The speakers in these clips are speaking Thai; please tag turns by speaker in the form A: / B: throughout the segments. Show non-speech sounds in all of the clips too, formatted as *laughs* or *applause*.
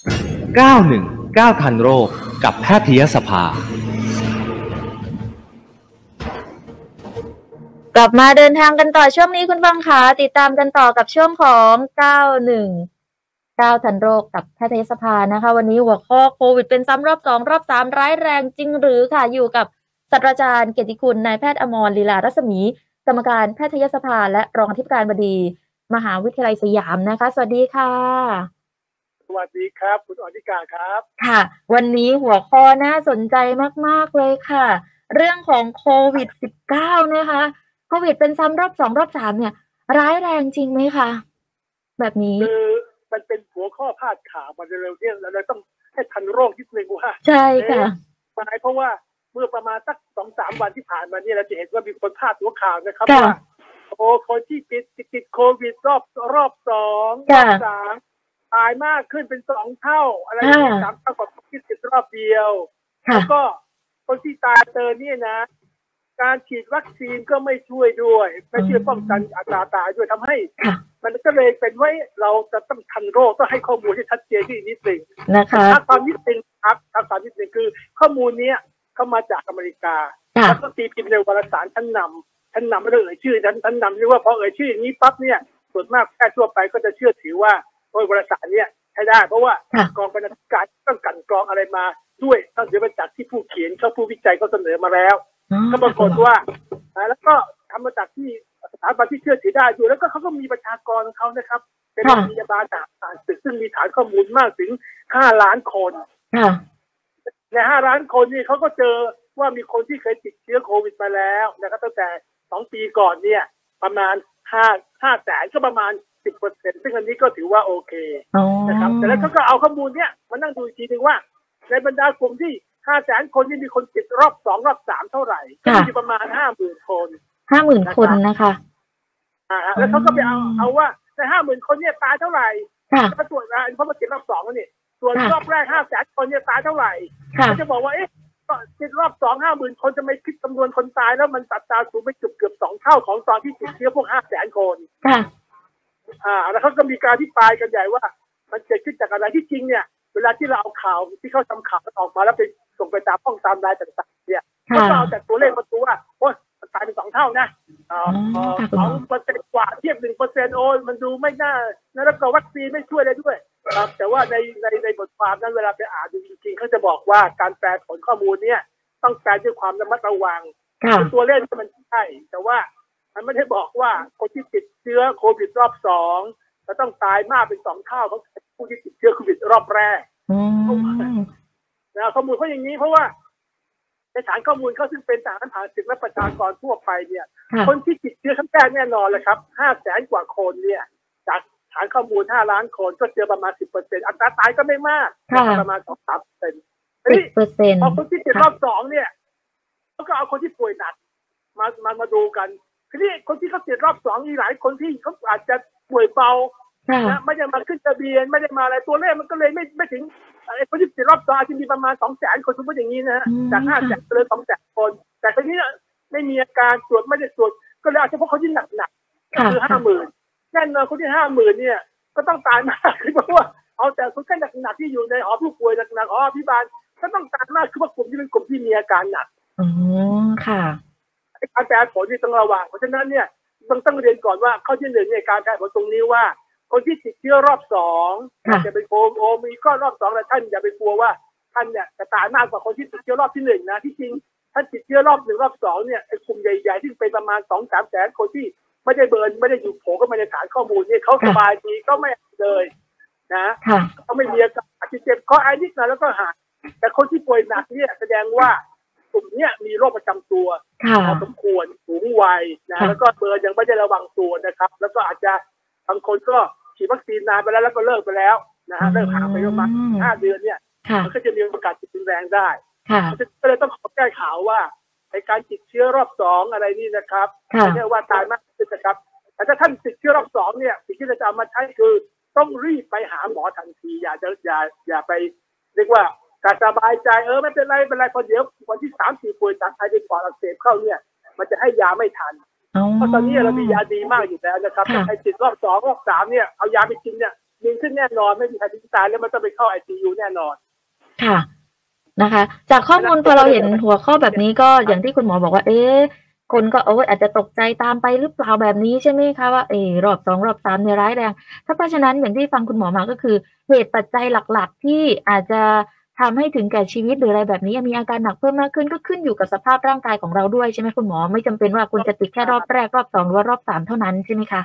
A: 919ทันโรคกับแพทยสภา
B: กลับมาเดินทางกันต่อช่วงนี้คุณฟังคะติดตามกันต่อกับช่วงของ 91 9ทันโรคกับแพทยสภานะคะ วันนี้หัวข้อโควิดเป็นซ้ำรอบ 2 รอบ 3 ร้ายแรงจริงหรือค่ะอยู่กับศาสตราจารย์เกียรติคุณนายแพทย์อมรลีลารัศมี กรรมการแพทยสภา และรองอธิการบดี มหาวิทยาลัยสยามนะคะ สวัสดีค่ะ
C: สวัสดีครับ คุณอธิการครับ
B: ค่ะ วันนี้หัวข้อน่าสนใจมาก ๆ เลยค่ะ เรื่องของโควิด -19 นะคะ โควิดเป็นซ้ำรอบสองรอบสามเนี่ย ร้ายแรงจริงไหมคะ แบบนี้
C: คือมันเป็นหัวข้อพาดข่าวมาเร็วๆเนี่ยแล้วเราต้องให้ทันโรคที่นึงว่า
B: ใช่ค่ะ
C: หมายเพราะว่าเมื่อประมาณสักสองสามวันที่ผ่านมาเนี่ยเราจะเห็นว่ามีคนพาดหัวข่าวนะครับ
B: ค่ะ
C: ว่าโอ้คนที่ติดติดโควิดรอบรอบสองรอ
B: ค่ะ
C: บสามตายมากขึ้นเป็นสองเท่า อะไร
B: ค่ะ
C: สามเท่ากว่าคนที่ติดรอบเดียว
B: ค่ะ
C: แล้วก็คนที่ตายเจอเนี่ยนะ การฉีดวัคซีนก็ไม่ช่วยด้วยไม่ช่วยป้องกันอัตราตายด้วยทำให้
B: ค่ะ
C: มันก็เลยเป็นไว้เราจะต้องทันโรคต้องให้ข้อมูลที่ชัดเจนที่นิดหนึ่ง
B: นะคะ
C: ถ้าตามนิดหนึ่งครับถ้าตามนิดหนึ่งคือ ข้อมูลเนี้ยเข้ามาจากอเมริกา
B: ค่ะ
C: แล้วก็ตีพิมพ์ในวารสารชั้นนำชั้นนำไม่ต้องเอ่ยชื่อชั้นชั้นนำเรียกว่าพอเอ่ยชื่ออย่างนี้ปั๊บเนี่ยส่วนมากแพทย์ทั่วไปก็จะเชื่อถือว่าโอ้ยวารสารเนี่ยใช้ได้ เพราะว่า
B: ค่ะ
C: กองบรรณาธิการต้องกลันกรองอะไรมาด้วยต้องเสียมาจากที่ผู้เขียนเขาผู้วิจัยเขาเสนอมาแล้ว
B: อ๋อ
C: ก็ปรากฏว่าอ่า แล้วก็ทำมาจากที่สถาบันที่เชื่อถือได้อยู่แล้วก็เขาก็มีประชากรของเขานะครับ เป็นโรงพยาบาลจากต่างตึกซึ่งมีฐานข้อมูลมากถึง 5 ล้านคน
B: ค่ะ
C: ใน 5 ล้านคนนี่เขาก็เจอว่ามีคนที่เคยติดเชื้อโควิดมาแล้วนะครับตั้งแต่ 2 ปีก่อนเนี่ย ประมาณ 5 5แสนก็ประมาณ 10%ซึ่งอันนี้ก็ถือว่าโอเค
B: อ๋อ
C: นะครับแต่แล้วเขาก็เอาข้อมูลเนี้ยมานั่งดูอีกทีหนึ่งว่า ในบรรดากลุ่มที่ 5 แสนคนที่มีคนติดรอบสองรอบสามเท่าไหร่ ก็
B: ค่ะ
C: มีอยู่ประมาณ 5 0,000 คน
B: ห้าหมื่นคนนะคะ
C: อ่าฮะแล้วเขาก็ไปเอาเอาว่าใน 5 0,000 คนเนี่ยตายเท่าไหร่
B: ค่ะ
C: แล้วส่วนอ่าเพราะมันติดรอบสองแล้วนี่ส่วน
B: ค่ะ
C: รอบแรก 5 แสนคนเนี่ยตายเท่าไหร่
B: ค่ะ
C: เขาจะบอกว่าเอ๊ะก็ติดรอบสองห้าหมื่นคนทำไมคิดจำนวนคนตายแล้วมันตัดตาสูงไปเกือบเกือบสองเท่าของตอนที่ติดเชื้อพวกห้าแสนคน
B: ค่ะ
C: อ่าแล้วเขาก็มีการอธิบายกันใหญ่ว่า มันเกิดขึ้นจากอะไรที่จริงเนี่ย เวลาที่เราเอาข่าวที่เขาทำข่าวออกมาแล้วไปส่งไปตามห้องตามรายต่างๆเนี่ย
B: ค่ะ
C: เขาก็เอาแต่ตัวเลขมาดูว่าโอ้ยมันตายเป็นสองเท่านะเอ่อ
B: อ๋อค่ะ
C: สองเปอร์เซ็นต์กว่าเทียบหนึ่งเปอร์เซ็นต์โอ้ยมันดูไม่น่านะแล้วก็วัคซีนไม่ช่วยเลยด้วยครับแต่ว่าในในในบทความนั้นเวลาไปอ่านดูจริงๆเขาจะบอกว่าการแปลผลข้อมูลเนี่ยต้องแปลด้วยความระมัดระวัง
B: ค่ะ
C: คือตัวเลขที่มันใช่ แต่ว่ามันไม่ได้บอกว่าคนที่ติดเชื้อโควิดรอบสองจะต้องตายมากเป็นสองเท่าของผู้ที่ติดเชื้อโควิดรอบแรก
B: อืม
C: นะข้อมูลเขาอย่างนี้เพราะว่าในฐานข้อมูลเขาซึ่งเป็นฐานฐานศึกและประชากรทั่วไปเนี่ย
B: ค่ะ
C: คนที่ติดเชื้อครั้งแรกแน่นอนเลยครับห้าแสนกว่าคนเนี่ย จากฐานข้อมูลห้าล้านคนก็เจอประมาณสิบเปอร์เซ็นต์อัตราตายก็ไม่มาก
B: ค่ะ
C: ประมาณสองสามเปอร์เซ็นต์
B: สิบเปอร์เซ็นต์
C: พอคนที่ติดรอบสองเนี่ยเขาก็เอาคนที่ป่วยหนักมามามาดูกันทีนี้คนที่เขาติดรอบสองมีหลายคนที่เขาอาจจะป่วยเบา
B: ค่ะ
C: นะไม่ได้มาขึ้นทะเบียนไม่ได้มาอะไรตัวเลขมันก็เลยไม่ไม่ถึงไอ้คนที่ติดรอบสองอาจจะมีประมาณสองแสนคนสมมติอย่างนี้นะฮะ
B: อืม
C: จากห้าแสนเลยสองแสนคน แต่ทีนี้ไม่มีอาการตรวจไม่ได้ตรวจก็เลยเอาเฉพาะคนที่หนักหนักๆก็
B: ค่ะ
C: คือห้าหมื่นแน่นอนคนที่ห้าหมื่นเนี่ย ก็ต้องตาย *laughs* มากขึ้นเพราะว่าเอาแต่คนไข้หนักๆที่อยู่ในหอผู้ป่วยหนักๆหอพิบาลก็ต้องตายมากคือว่ากลุ่มที่เป็นกลุ่มที่มีอาการหนัก
B: อ๋อ ค่ะ
C: การแปลผลนี่ต้องระวังเพราะฉะนั้นเนี่ยต้องต้องเรียนก่อนว่าข้อที่หนึ่งในยการแปลผลตรงนี้ว่า คนที่ติดเชื้อรอบสอง
B: ค่ะ
C: อาจจะเป็นโอโอมีก็รอบสองแล้วท่านอย่าไปกลัวว่าท่านเนี่ยจะตายมากกว่าคนที่ติดเชื้อรอบที่หนึ่งนะที่จริงท่านติดเชื้อรอบหนึ่งรอบสองเนี่ยไอ้กลุ่มใหญ่ๆที่เป็นประมาณสองสามแสนคนที่ไม่ได้เบิร์นไม่ได้อยู่โผล่ก็มาในฐานข้อมูลเนี่ยเขาสบายดีก็ไม่เลยนะ
B: ค่ะ
C: เขาไม่มีอาการอาจจะเจ็บคอไอนิดหน่อยแล้วก็หายแต่คนที่ป่วยหนักเนี่ยแสดงว่ากลุ่มเนี้ยมีโรคประจำตัว
B: ค่ะ
C: พอสมควรสูงวัยนะ
B: ค่ะ
C: แล้วก็เบอร์ยังไม่ได้ระวังตัวนะครับ แล้วก็อาจจะบางคนก็ฉีดวัคซีนนานไปแล้วแล้วก็เลิกไปแล้วนะฮะเลิกห่างไปประมาณห้าเดือนเนี่ย
B: ค่ะ
C: มันก็จะมีโอกาสติดรุนแรงได้
B: ค่ะ
C: ก็เลยต้องขอแก้ข่าวว่าในการติดเชื้อรอบสองอะไรนี่นะครับ
B: ค่ะ
C: ไม่ใช่ว่าตายมากขึ้นนะครับแต่ถ้าท่านติดเชื้อรอบสองเนี่ยสิ่งที่เราจะเอามาใช้คือต้องรีบไปหาหมอทันที อย่าจะอย่าอย่าไป เรียกว่าการสบายใจเออไม่เป็นไรไม่เป็นไรพอเดี๋ยววันที่สามสี่ป่วยจากไอเป็นปอดอักเสบเข้าเนี่ย มันจะให้ยาไม่ทัน เพราะตอนนี้เรามียาดีมากอยู่แล้วนะครับ
B: ค่ะ
C: ไอติดรอบสองรอบสามเนี่ยเอายาไปกินเนี่ย มีขึ้นแน่นอนไม่มีใครทิ้งตายแล้วมันต้องไปเข้าไอซียูแน่นอน
B: ค่ะนะคะ จากข้อมูลพอเราเห็นหัวข้อแบบนี้ก็อย่างที่คุณหมอบอกว่า เอ๊ะคนก็เอยอาจจะตกใจตามไปหรือเปล่าแบบนี้ใช่ไหมคะว่าเออรอบสองรอบสามเนี่ยร้ายแรง ถ้าเพราะฉะนั้นอย่างที่ฟังคุณหมอมาก็คือ เหตุปัจจัยหลักๆ ที่อาจจะทำให้ถึงแก่ชีวิตหรืออะไรแบบนี้มีอาการหนักเพิ่มมากขึ้นก็ขึ้นอยู่กับสภาพร่างกายของเราด้วยใช่ไหมคุณหมอไม่จำเป็นว่าคุณจะติดแค่รอบแรกรอบสองหรือว่ารอบสามเท่านั้นใช่ไหมคะ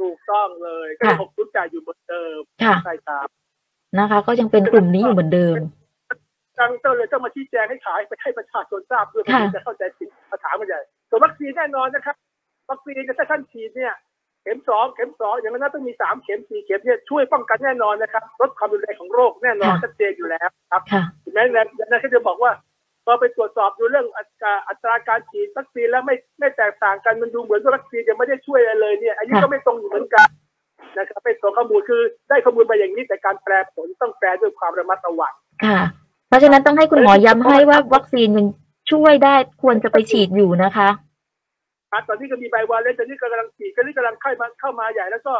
C: ถูกต้องเลยก็
B: ค่ะ
C: หกทุนจ่ายอยู่เหมือนเดิม
B: ค่ะ
C: ใช่ครับ
B: นะคะ ก็ยังเป็นกลุ่มนี้อยู่เหมือนเดิม
C: ดังต้นเลยต้องมาชี้แจงให้ขายไปให้ประชาชนทราบเพื่อ
B: ค่ะ
C: ที่จะเข้าใจผิดปัญหามันใหญ่ส่วนวัคซีนแน่นอนนะครับ วัคซีนถ้าท่านฉีดเนี่ย เข็มสองเข็มสองอย่างนั้นต้องมีสามเข็มสี่เข็มเนี่ยช่วยป้องกันแน่นอนนะครับลดความรุนแรงของโรคแน่นอนชัดเจนอยู่แล้วครับ
B: ค่ะ
C: แม้แต่นั้นก็จะบอกว่าพอไปตรวจสอบดูเรื่องอัตราอัตราการฉีดวัคซีนแล้วไม่ไม่แตกต่างกันมันดูเหมือนว่าวัคซีนจะไม่ได้ช่วยอะไรเลยเนี่ย อันนี้
B: ค่ะ
C: ก็ไม่ตรงอยู่เหมือนกันนะครับไม่ตรงข้อมูลคือได้ข้อมูลมาอย่างนี้แต่การแปลผลต้องแปลด้วยความระมัดระวัง
B: ค่ะ เพราะฉะนั้นต้องให้คุณหมอย้ำให้ว่าวัคซีนยังช่วยได้ควรจะไปฉีดอยู่นะคะ
C: ครับตอนนี้ก็มีไบวาเลนตอนนี้กำลังฉีดตอนนี้กำลังเข้ามาเข้ามาใหญ่แล้วก็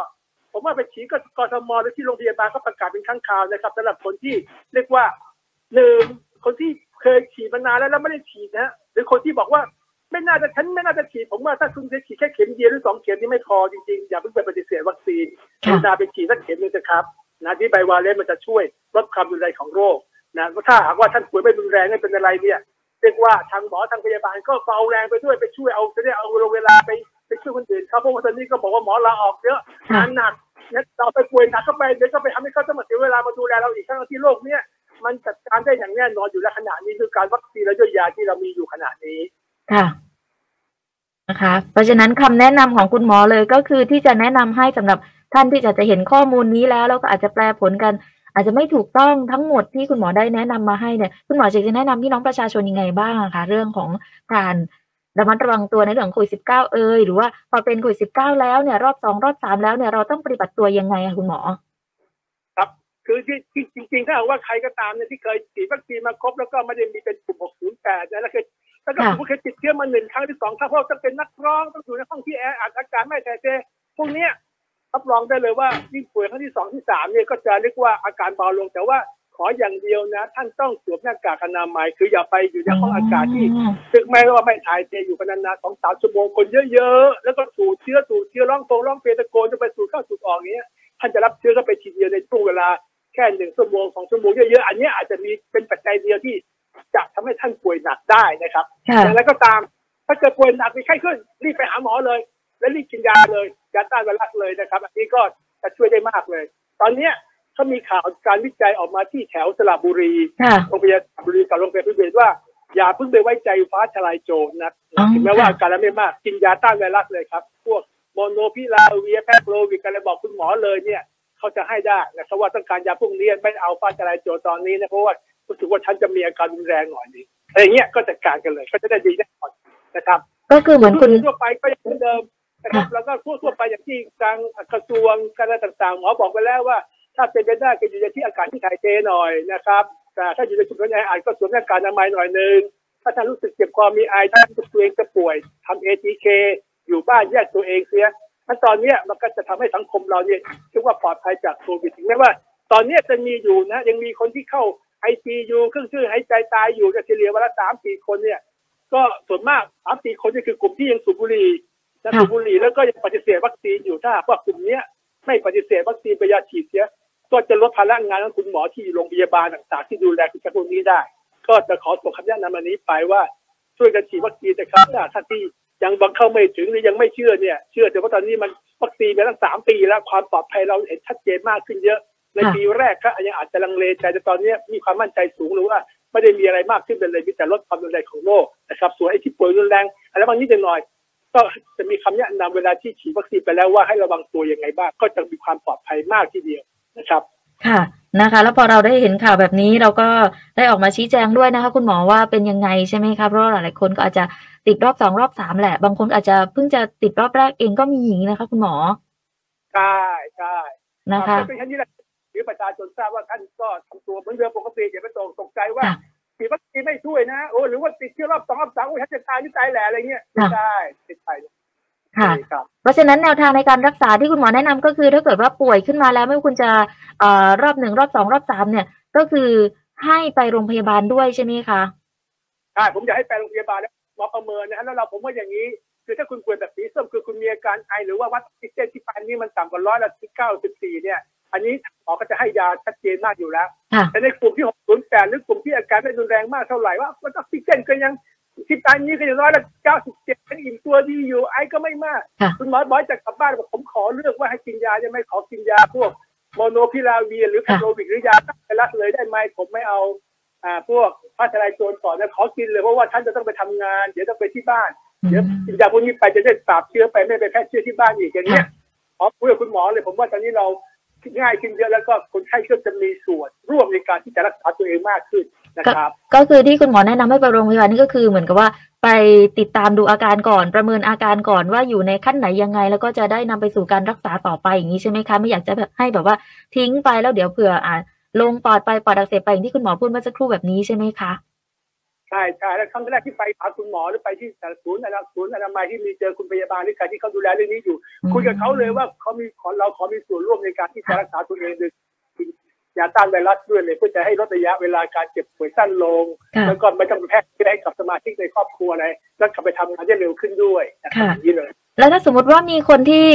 C: ผมว่าไปฉีดก็กทมหรือที่โรงพยาบาลก็ประกาศเป็นครั้งคราวนะครับสำหรับคนที่เรียกว่าหนึ่งคนที่เคยฉีดมานานแล้วแล้วไม่ได้ฉีดนะฮะหรือคนที่บอกว่าไม่น่าจะฉันไม่น่าจะฉีดผมว่าถ้าคุณจะฉีดแค่เข็มเดียวหรือสองเข็มนี่ไม่พอจริงๆอย่าเพิ่งไปปฏิเสธวัคซีน
B: ค่ะ
C: คุณาไปฉีดสักเข็มหนึงนะครับนะที่ไบวาเลนมันจะช่วยลดความรุนแรงของโรคนะถ้าหากว่าท่านป่วยไม่รุนแรงไม่เป็นอะไรเนี่ยเรียกว่าทางหมอทางพยาบาลก็เอาแรงไปด้วยไปช่วยเอาจะได้เอาเวลาไปไปช่วยคนอื่นเขาเพราะว่าตอนนี้ก็บอกว่าหมอลาออกเยอะ งานหนักเนี่ยเราไปป่วยหนักเข้าไปเดี๋ยวก็ไปทำให้เขาต้องมาเสียเวลามาดูแลเราอีกทั้งที่โรคเนี่ยมันจัดการได้อย่างแน่นอนอยู่แล้วขณะนี้คือการวัคซีนและเยียวยาที่เรามีอยู่ขณะนี้
B: ค่ะ นะคะ เพราะฉะนั้นคำแนะนำของคุณหมอเลยก็คือที่จะแนะนำให้สำหรับท่านที่อาจจะเห็นข้อมูลนี้แล้วแล้วก็อาจจะแปลผลกัน อาจจะไม่ถูกต้องทั้งหมดที่คุณหมอได้แนะนำมาให้เนี่ยคุณหมอจะแนะนำพี่น้องประชาชนยังไงบ้างอะคะเรื่องของการระมัดระวังตัวในเรื่องของโควิดสิบเก้าเอยหรือว่าพอเป็นโควิดสิบเก้าแล้วเนี่ยรอบสองรอบสามแล้วเนี่ยเราต้องปฏิบัติตัวยังไงอะคุณหมอ
C: คือที่ที่จริงๆถ้าหากว่าใครก็ตามเนี่ยที่เคยฉีดวัคซีนมาครบแล้วก็ไม่ได้มีเป็นกลุ่ม 608 นะแล้วก็แล้วก็
B: ค่ะ
C: กลุ่มผู้เคยติดเชื้อมาหนึ่งครั้งหรือสองครั้งเพราะต้องเป็นนักร้องต้องอยู่ในห้องที่แออัดอากาศไม่ถ่ายเทพวกเนี้ยรับรองได้เลยว่ายิ่งป่วยครั้งที่สองที่สามเนี่ยก็จะเรียกว่าอาการเบาลงแต่ว่าขออย่างเดียวนะท่านต้องสวมหน้ากากอนามัยคืออย่าไปอยู่ในห้องอากาศที่ ซึ่งแม้ว่าไม่ถ่ายเทอยู่กันนานๆสองสามชั่วโมงคนเยอะๆ แล้วก็สูดเชื้อสูดเชื้อร้องโงร้องเพลงตะโกนจะไปสูดเข้าสูดออกอย่างเงี้ยท่านจะรับเชื้อเข้าไปทีเดียวในช่วงเวลาแค่หนึ่งชั่วโมงสองชั่วโมงเยอะๆ อันเนี้ยอาจจะมีเป็นปัจจัยเดียวที่จะทำให้ท่านป่วยหนักได้นะครับ
B: ค่ะ
C: อย่างไรก็ตาม ถ้าเกิดป่วยหนักมีไข้ขึ้นรีบไปหาหมอเลย และรีบกินยาเลยยาต้านไวรัสเลยนะครับอันนี้ก็จะช่วยได้มากเลย ตอนเนี้ยเขามีข่าวการวิจัยออกมาที่แถวสระบุรี
B: ค่ะ
C: โรงพยาบาลบุรีกับโรงพยาบาลพิเศษว่า อย่าเพิ่งไปไว้ใจฟ้าทลายโจรนะ
B: อ๋อ
C: ถึงแม้ว่า
B: ค่ะ
C: อาการแล้วไม่มากกินยาต้านไวรัสเลยครับ พวกโมโนพิลาเวียแพคโลวิดอะไรบอกคุณหมอเลยเนี่ย เขาจะให้ได้นะครับว่าต้องการยาพวกนี้ไม่เอาฟ้าทลายโจรตอนนี้นะเพราะว่ารู้สึกว่าฉันจะมีอาการรุนแรงหน่อยนี้อะไรเงี้ยก็จัดการกันเลยก็จะได้ดีแน่นอนนะครับ
B: ก็คือเหมือนคุณ
C: ทั่วไปก็ยังเหมือนเดิมนะครับแล้วก็ทั่วทั่วไปอย่างที่ทางกระทรวงการอะไรต่างๆหมอบอกไปแล้วว่า ถ้าเป็นไปได้ก็อยู่ในที่อากาศที่ถ่ายเทหน่อยนะครับแต่ถ้าอยู่ในชุมชนแออัดก็สวมหน้ากากอนามัยหน่อยหนึงถ้าท่านรู้สึกเจ็บคอมีไอท่านรู้สึกตัวเองจะป่วยทำ ATK อยู่บ้านแยกตัวเองเสียถ้าตอนเนี้ยมันก็จะทำให้สังคมเราเนี่ยเรียกว่าปลอดภัยจากโควิดถึงแม้ว่า ตอนเนี้ยจะมีอยู่นะยังมีคนที่เข้า ICU เครื่องช่วยหายใจตายอยู่จะเฉลี่ยวันละสามสี่คนเนี่ย ก็ส่วนมากสามสี่คนนี่คือกลุ่มที่ยังสูบบุหรี่นะ
B: ค่ะ
C: สูบบุหรี่แล้วก็ยังปฏิเสธวัคซีนอยู่ถ้าหากว่ากลุ่มเนี้ยไม่ปฏิเสธวัคซีนไปยาฉีดเสียก็จะลดภาระงานของคุณหมอที่อยู่โรงพยาบาลต่างๆที่ดูแลคนพวกนี้ได้ ก็จะขอส่งคำแนะนำอันนี้ไปว่าช่วยกันฉีดวัคซีนนะครับถ้าท่านที่ยังบังเข้าไม่ถึงหรือยังไม่เชื่อเนี่ย เชื่อแต่ว่าตอนนี้มันวัคซีนไปตั้งสามปีแล้วความปลอดภัยเราเห็นชัดเจนมากขึ้นเยอะ ในปีแรกก็ยังอาจจะลังเลใจแต่ตอนนี้มีความมั่นใจสูงหรือว่า ไม่ได้มีอะไรมากขึ้นเป็นเลยมีแต่ลดความรุนแรงของโรคนะครับส่วนไอ้ที่ป่วยรุนแรงอะไรบางนิดหน่อย ก็จะมีคำแนะนำเวลาที่ฉีดวัคซีนไปแล้วว่าให้ระวังตัวยังไงบ้างก็จะมีความปลอดภัยมากทีเดียวนะครับ
B: ค่ะนะคะ แล้วพอเราได้เห็นข่าวแบบนี้เราก็ได้ออกมาชี้แจงด้วยนะคะ คุณหมอว่าเป็นยังไงใช่ไหมคะเพราะว่าหลายๆคนก็อาจจะติดรอบสองรอบสามแหละ บางคนอาจจะเพิ่งจะติดรอบแรกเองก็มีอย่างนี้นะคะ คุณหมอ
C: ใช่ใช่
B: นะ
C: ครั
B: คะ
C: บเป็นแค่นี้แหละหรือประชาชนทราบว่าท่านก็ทำตัวเหมือนเดิมปกติอย่าไปตกตกใจว่า
B: ค่ะ
C: ฉีดวัคซีนไม่ช่วยนะโอ้หรือว่าติดเชื้อรอบสองรอบสามโอ้ยฉันจะตายหรือตายแหล่อะไรเงี้ยไม่
B: ค่ะ
C: ได้ติดไป
B: ค่ะ
C: ครับ
B: เพราะฉะนั้นแนวทางในการรักษาที่คุณหมอแนะนำก็คือถ้าเกิดว่าป่วยขึ้นมาแล้วไม่ว่าคุณจะเอ่อรอบหนึ่งรอบสองรอบสามเนี่ย ก็คือให้ไปโรงพยาบาลด้วยใช่ไหมคะ
C: ใช่ผมอยากให้ไปโรงพยาบาลแล้วหมอประเมินนะฮะแล้วเราผมว่าอย่างนี้ คือถ้าคุณป่วยแบบสีส้มคือคุณมีอาการไอหรือว่าวัดออกซิเจนที่ปานนี้มันต่ำกว่าร้อยละสิบเก้าสิบสี่เนี่ย อันนี้หมอก็จะให้ยาชัดเจนมากอยู่แล้ว
B: ค่ะ
C: แต่ในกลุ่มที่หกศูนย์แปดหรือกลุ่มที่อาการไม่รุนแรงมากเท่าไหร่ว่าวัดออกซิเจนก็ยังที่ปานนี้ก็ยังร้อยละเก้าสิบเจ็ดยังอิ่มตัวดีอยู่ไอก็ไม่มาก
B: ค่ะ
C: คุณหมอบอกจะกลับบ้านบอกผมขอเลือกว่าให้กินยาได้ไหมขอกินยาพวกโมโนพิลาเวียหรือแพนโรวิกหรือยาต้านไวรัสเลยได้ไหมผมไม่เอา อ่าพวกผ้าทลายโจรก่อนนะขอกินเลยเพราะว่าท่านจะต้องไปทำงาน เดี๋ยวต้องไปที่บ้านเดี๋ยวกินยาพวกนี้ไปจะได้ปราบเชื้อไปไม่ไปแพร่เชื้อที่บ้านอีกอย่างเงี้ยขอคุยกับคุณหมอเลย ผมว่าตอนนี้เราง่ายขึ้นเยอะแล้วก็คนไข้ก็จะมีส่วนร่วมในการที่จะรักษาตัวเองมากขึ้นนะครับ
B: ก็คือที่คุณหมอแนะนำให้ไปโรงพยาบาลนี่ก็คือเหมือนกับว่าไปติดตามดูอาการก่อนประเมินอาการก่อนว่าอยู่ในขั้นไหนยังไง แล้วก็จะได้นำไปสู่การรักษาต่อไปอย่างนี้ใช่ไหมคะไม่อยากจะแบบให้แบบว่าทิ้งไปแล้วเดี๋ยวเผื่ออ่าลงปอดไปปอดอักเสบไปอย่างที่คุณหมอพูดเมื่อสักครู่แบบนี้ใช่ไหมคะ
C: ใช่ใช่แล้วครั้งแรกที่ไปหาคุณหมอหรือไปที่ศูนย์อนาศูนย์อนามัยที่มีเจอคุณพยาบาลหรือการที่เขาดูแลเรื่องนี้อยู่ คุยกับเขาเลยว่าเขามีขอเราขอมีส่วนร่วมในการที่จะรักษาตัวเองด้วยยาต้านไวรัสด้วยเลยเพื่อจะให้ลดระยะเวลาการเจ็บป่วยสั้นลง
B: ค่ะ
C: แล้วก็ไม่ต้องไปแพร่เชื้อให้กับสมาชิกในครอบครัวอะไรแล้วกลับไปทำงานได้เร็วขึ้นด้วยนะครับ
B: ค่ะ
C: อย่างนี้เลย
B: แล้วถ้าสมมติว่ามีคนที่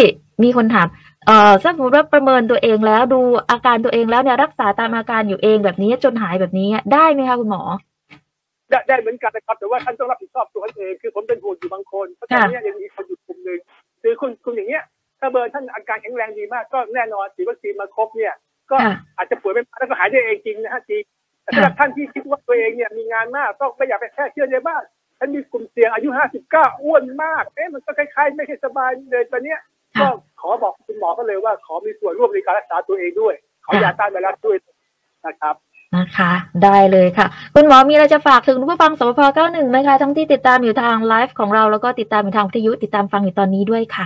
B: มีคนถาม เอ่อถ้าสมมติว่าประเมินตัวเองแล้วดูอาการตัวเองแล้วเนี่ยรักษาตามอาการอยู่เองแบบนี้จนหายแบบนี้ได้ไหมคะคุณหมอ
C: ได้ได้เหมือนกันนะครับแต่ว่าท่านต้องรับผิดชอบตัวท่านเองคือผมเป็นห่วงอยู่บางคนเพราะตอนนี้ยังมีคนอยู่กลุ่มหนึ่งคือคุณคุณอย่างเงี้ยถ้าเบอร์ท่านอาการแข็งแรงดีมากก็แน่นอนฉีดวัคซีนมาครบเนี่ยก็
B: ค่ะ
C: อาจจะป่วยไม่มากแล้วก็หายได้เองจริงนะฮะจริงแต่สำหรับท่านที่คิดว่าตัวเองเนี่ยมีงานมากต้องไม่อยากไปแพร่เชื้อในบ้านท่านมีกลุ่มเสี่ยงอายุ 59 อ้วนมากเอ๊ะมันก็คล้ายๆ ไม่ค่อยสบายเลยตอนเนี้ยก็
B: ค่ะ
C: ขอบอกคุณหมอก็เลยว่าขอมีส่วนร่วมในการรักษาตัวเองด้วย ขอ
B: ค่ะ
C: ยาต้านไวรัสด้วยนะครับ
B: นะคะ ได้เลยค่ะ คุณหมอมีอะไรจะฝากถึงผู้ฟังสปพ91ไหมคะทั้งที่ติดตามอยู่ทางไลฟ์ของเราแล้วก็ติดตามอยู่ทางวิทยุติดตามฟังอยู่ตอนนี้ด้วยค่ะ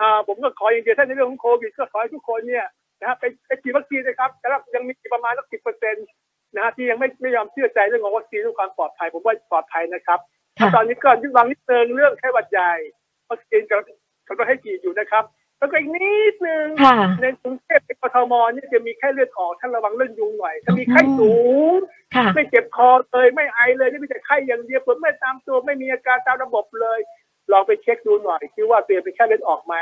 C: อ่าผมก็ขออย่างเดียวถ้าในเรื่องของโควิดก็ขอให้ทุกคนเนี่ยนะฮะไปไปฉีดวัคซีนนะครับแต่ว่ายังมีประมาณสักสิบเปอร์เซ็นต์นะฮะที่ยังไม่ไม่ยอมเชื่อใจเรื่องของวัคซีนเรื่องความปลอดภัย ผมว่าปลอดภัยนะครับ
B: ค่ะ
C: แล้วตอนนี้ก็ยึดวังนิดนึงเรื่องแค่หวัดใหญ่วัคซีนกำลังกำลังให้ฉีดอยู่นะครับ แล้วก็อีกนิดนึง
B: ค่ะ
C: ในกรุงเทพในกทมเนี่ยจะมีแค่เลือดออกท่านระวังเรื่องยุงหน่อยถ้ามีไข้สูง
B: ค่ะ
C: ไม่เจ็บคอเลยไม่ไอเลยนี่มีแต่ไข้อย่างเดียวผมไม่ตามตัวไม่มีอาการตามระบบเลยลองไปเช็คดูหน่อยคิดว่าตัวเองเป็นแค่เลือดออกไหม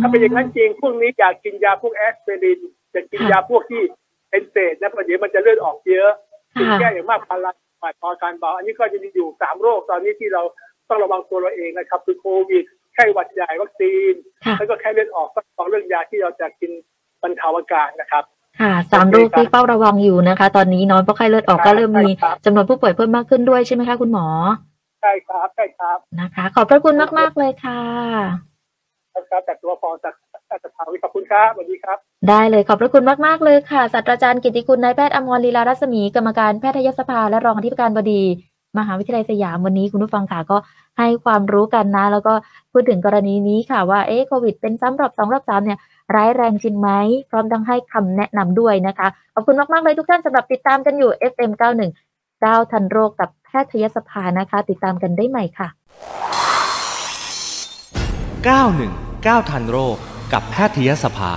C: ถ้าเป็นอย่างนั้นจริงพวกนี้อยากกินยาพวกแอสไพรินจะกินยาพวกที่เป็นเศษนะเพราะเดี๋ยวมันจะเลือดออกเยอะกิน
B: ค่ะ
C: แก้อย่างมากพาราหมัดพอการเบาอันนี้ก็จะมีอยู่สามโรคตอนนี้ที่เราต้องระวังตัวเราเองนะครับ คือโควิดไข้หวัดใหญ่วัคซีน
B: ค่ะ
C: แล้วก็แค่เลือดออกก็ต้องเรื่องยาที่เราจะกินบรรเทาอาการนะครับ
B: ค่ะสามโรคที่เฝ้าระวังอยู่นะคะ ตอนนี้เนอนเพราะไข้เลือดออกก็เริ่มมี
C: ใช่ครับ
B: จำนวนผู้ป่วยเพิ่มมากขึ้นด้วยใช่ไหมคะคุณหมอ
C: ใช่ครับใช่ครับ
B: นะคะ ขอบพระคุณมากๆเลยค่ะ
C: ครับจากตัวฟองจากจากสภาวิทย์ขอบคุณครับสวัสดีครับ
B: ได้เลยขอบพระคุณมากๆเลยค่ะศาสตราจารย์กิติคุณนายแพทย์อมรลีลารัศมีกรรมการแพทยสภาและรองอธิการบดี มหาวิทยาลัยสยามวันนี้คุณผู้ฟังค่ะก็ให้ความรู้กันนะ แล้วก็พูดถึงกรณีนี้ค่ะว่าเอ๊ะโควิดเป็นซ้ำรอบสองรอบสามเนี่ยร้ายแรงจริงไหม พร้อมทั้งให้คำแนะนำด้วยนะคะ ขอบคุณมากๆเลยทุกท่านสำหรับติดตามกันอยู่ FM 91 9ทันโรคกับแพทยสภานะคะ ติดตามกันได้ใหม่ค่ะ
A: 919 ทันโรคกับแพทยสภา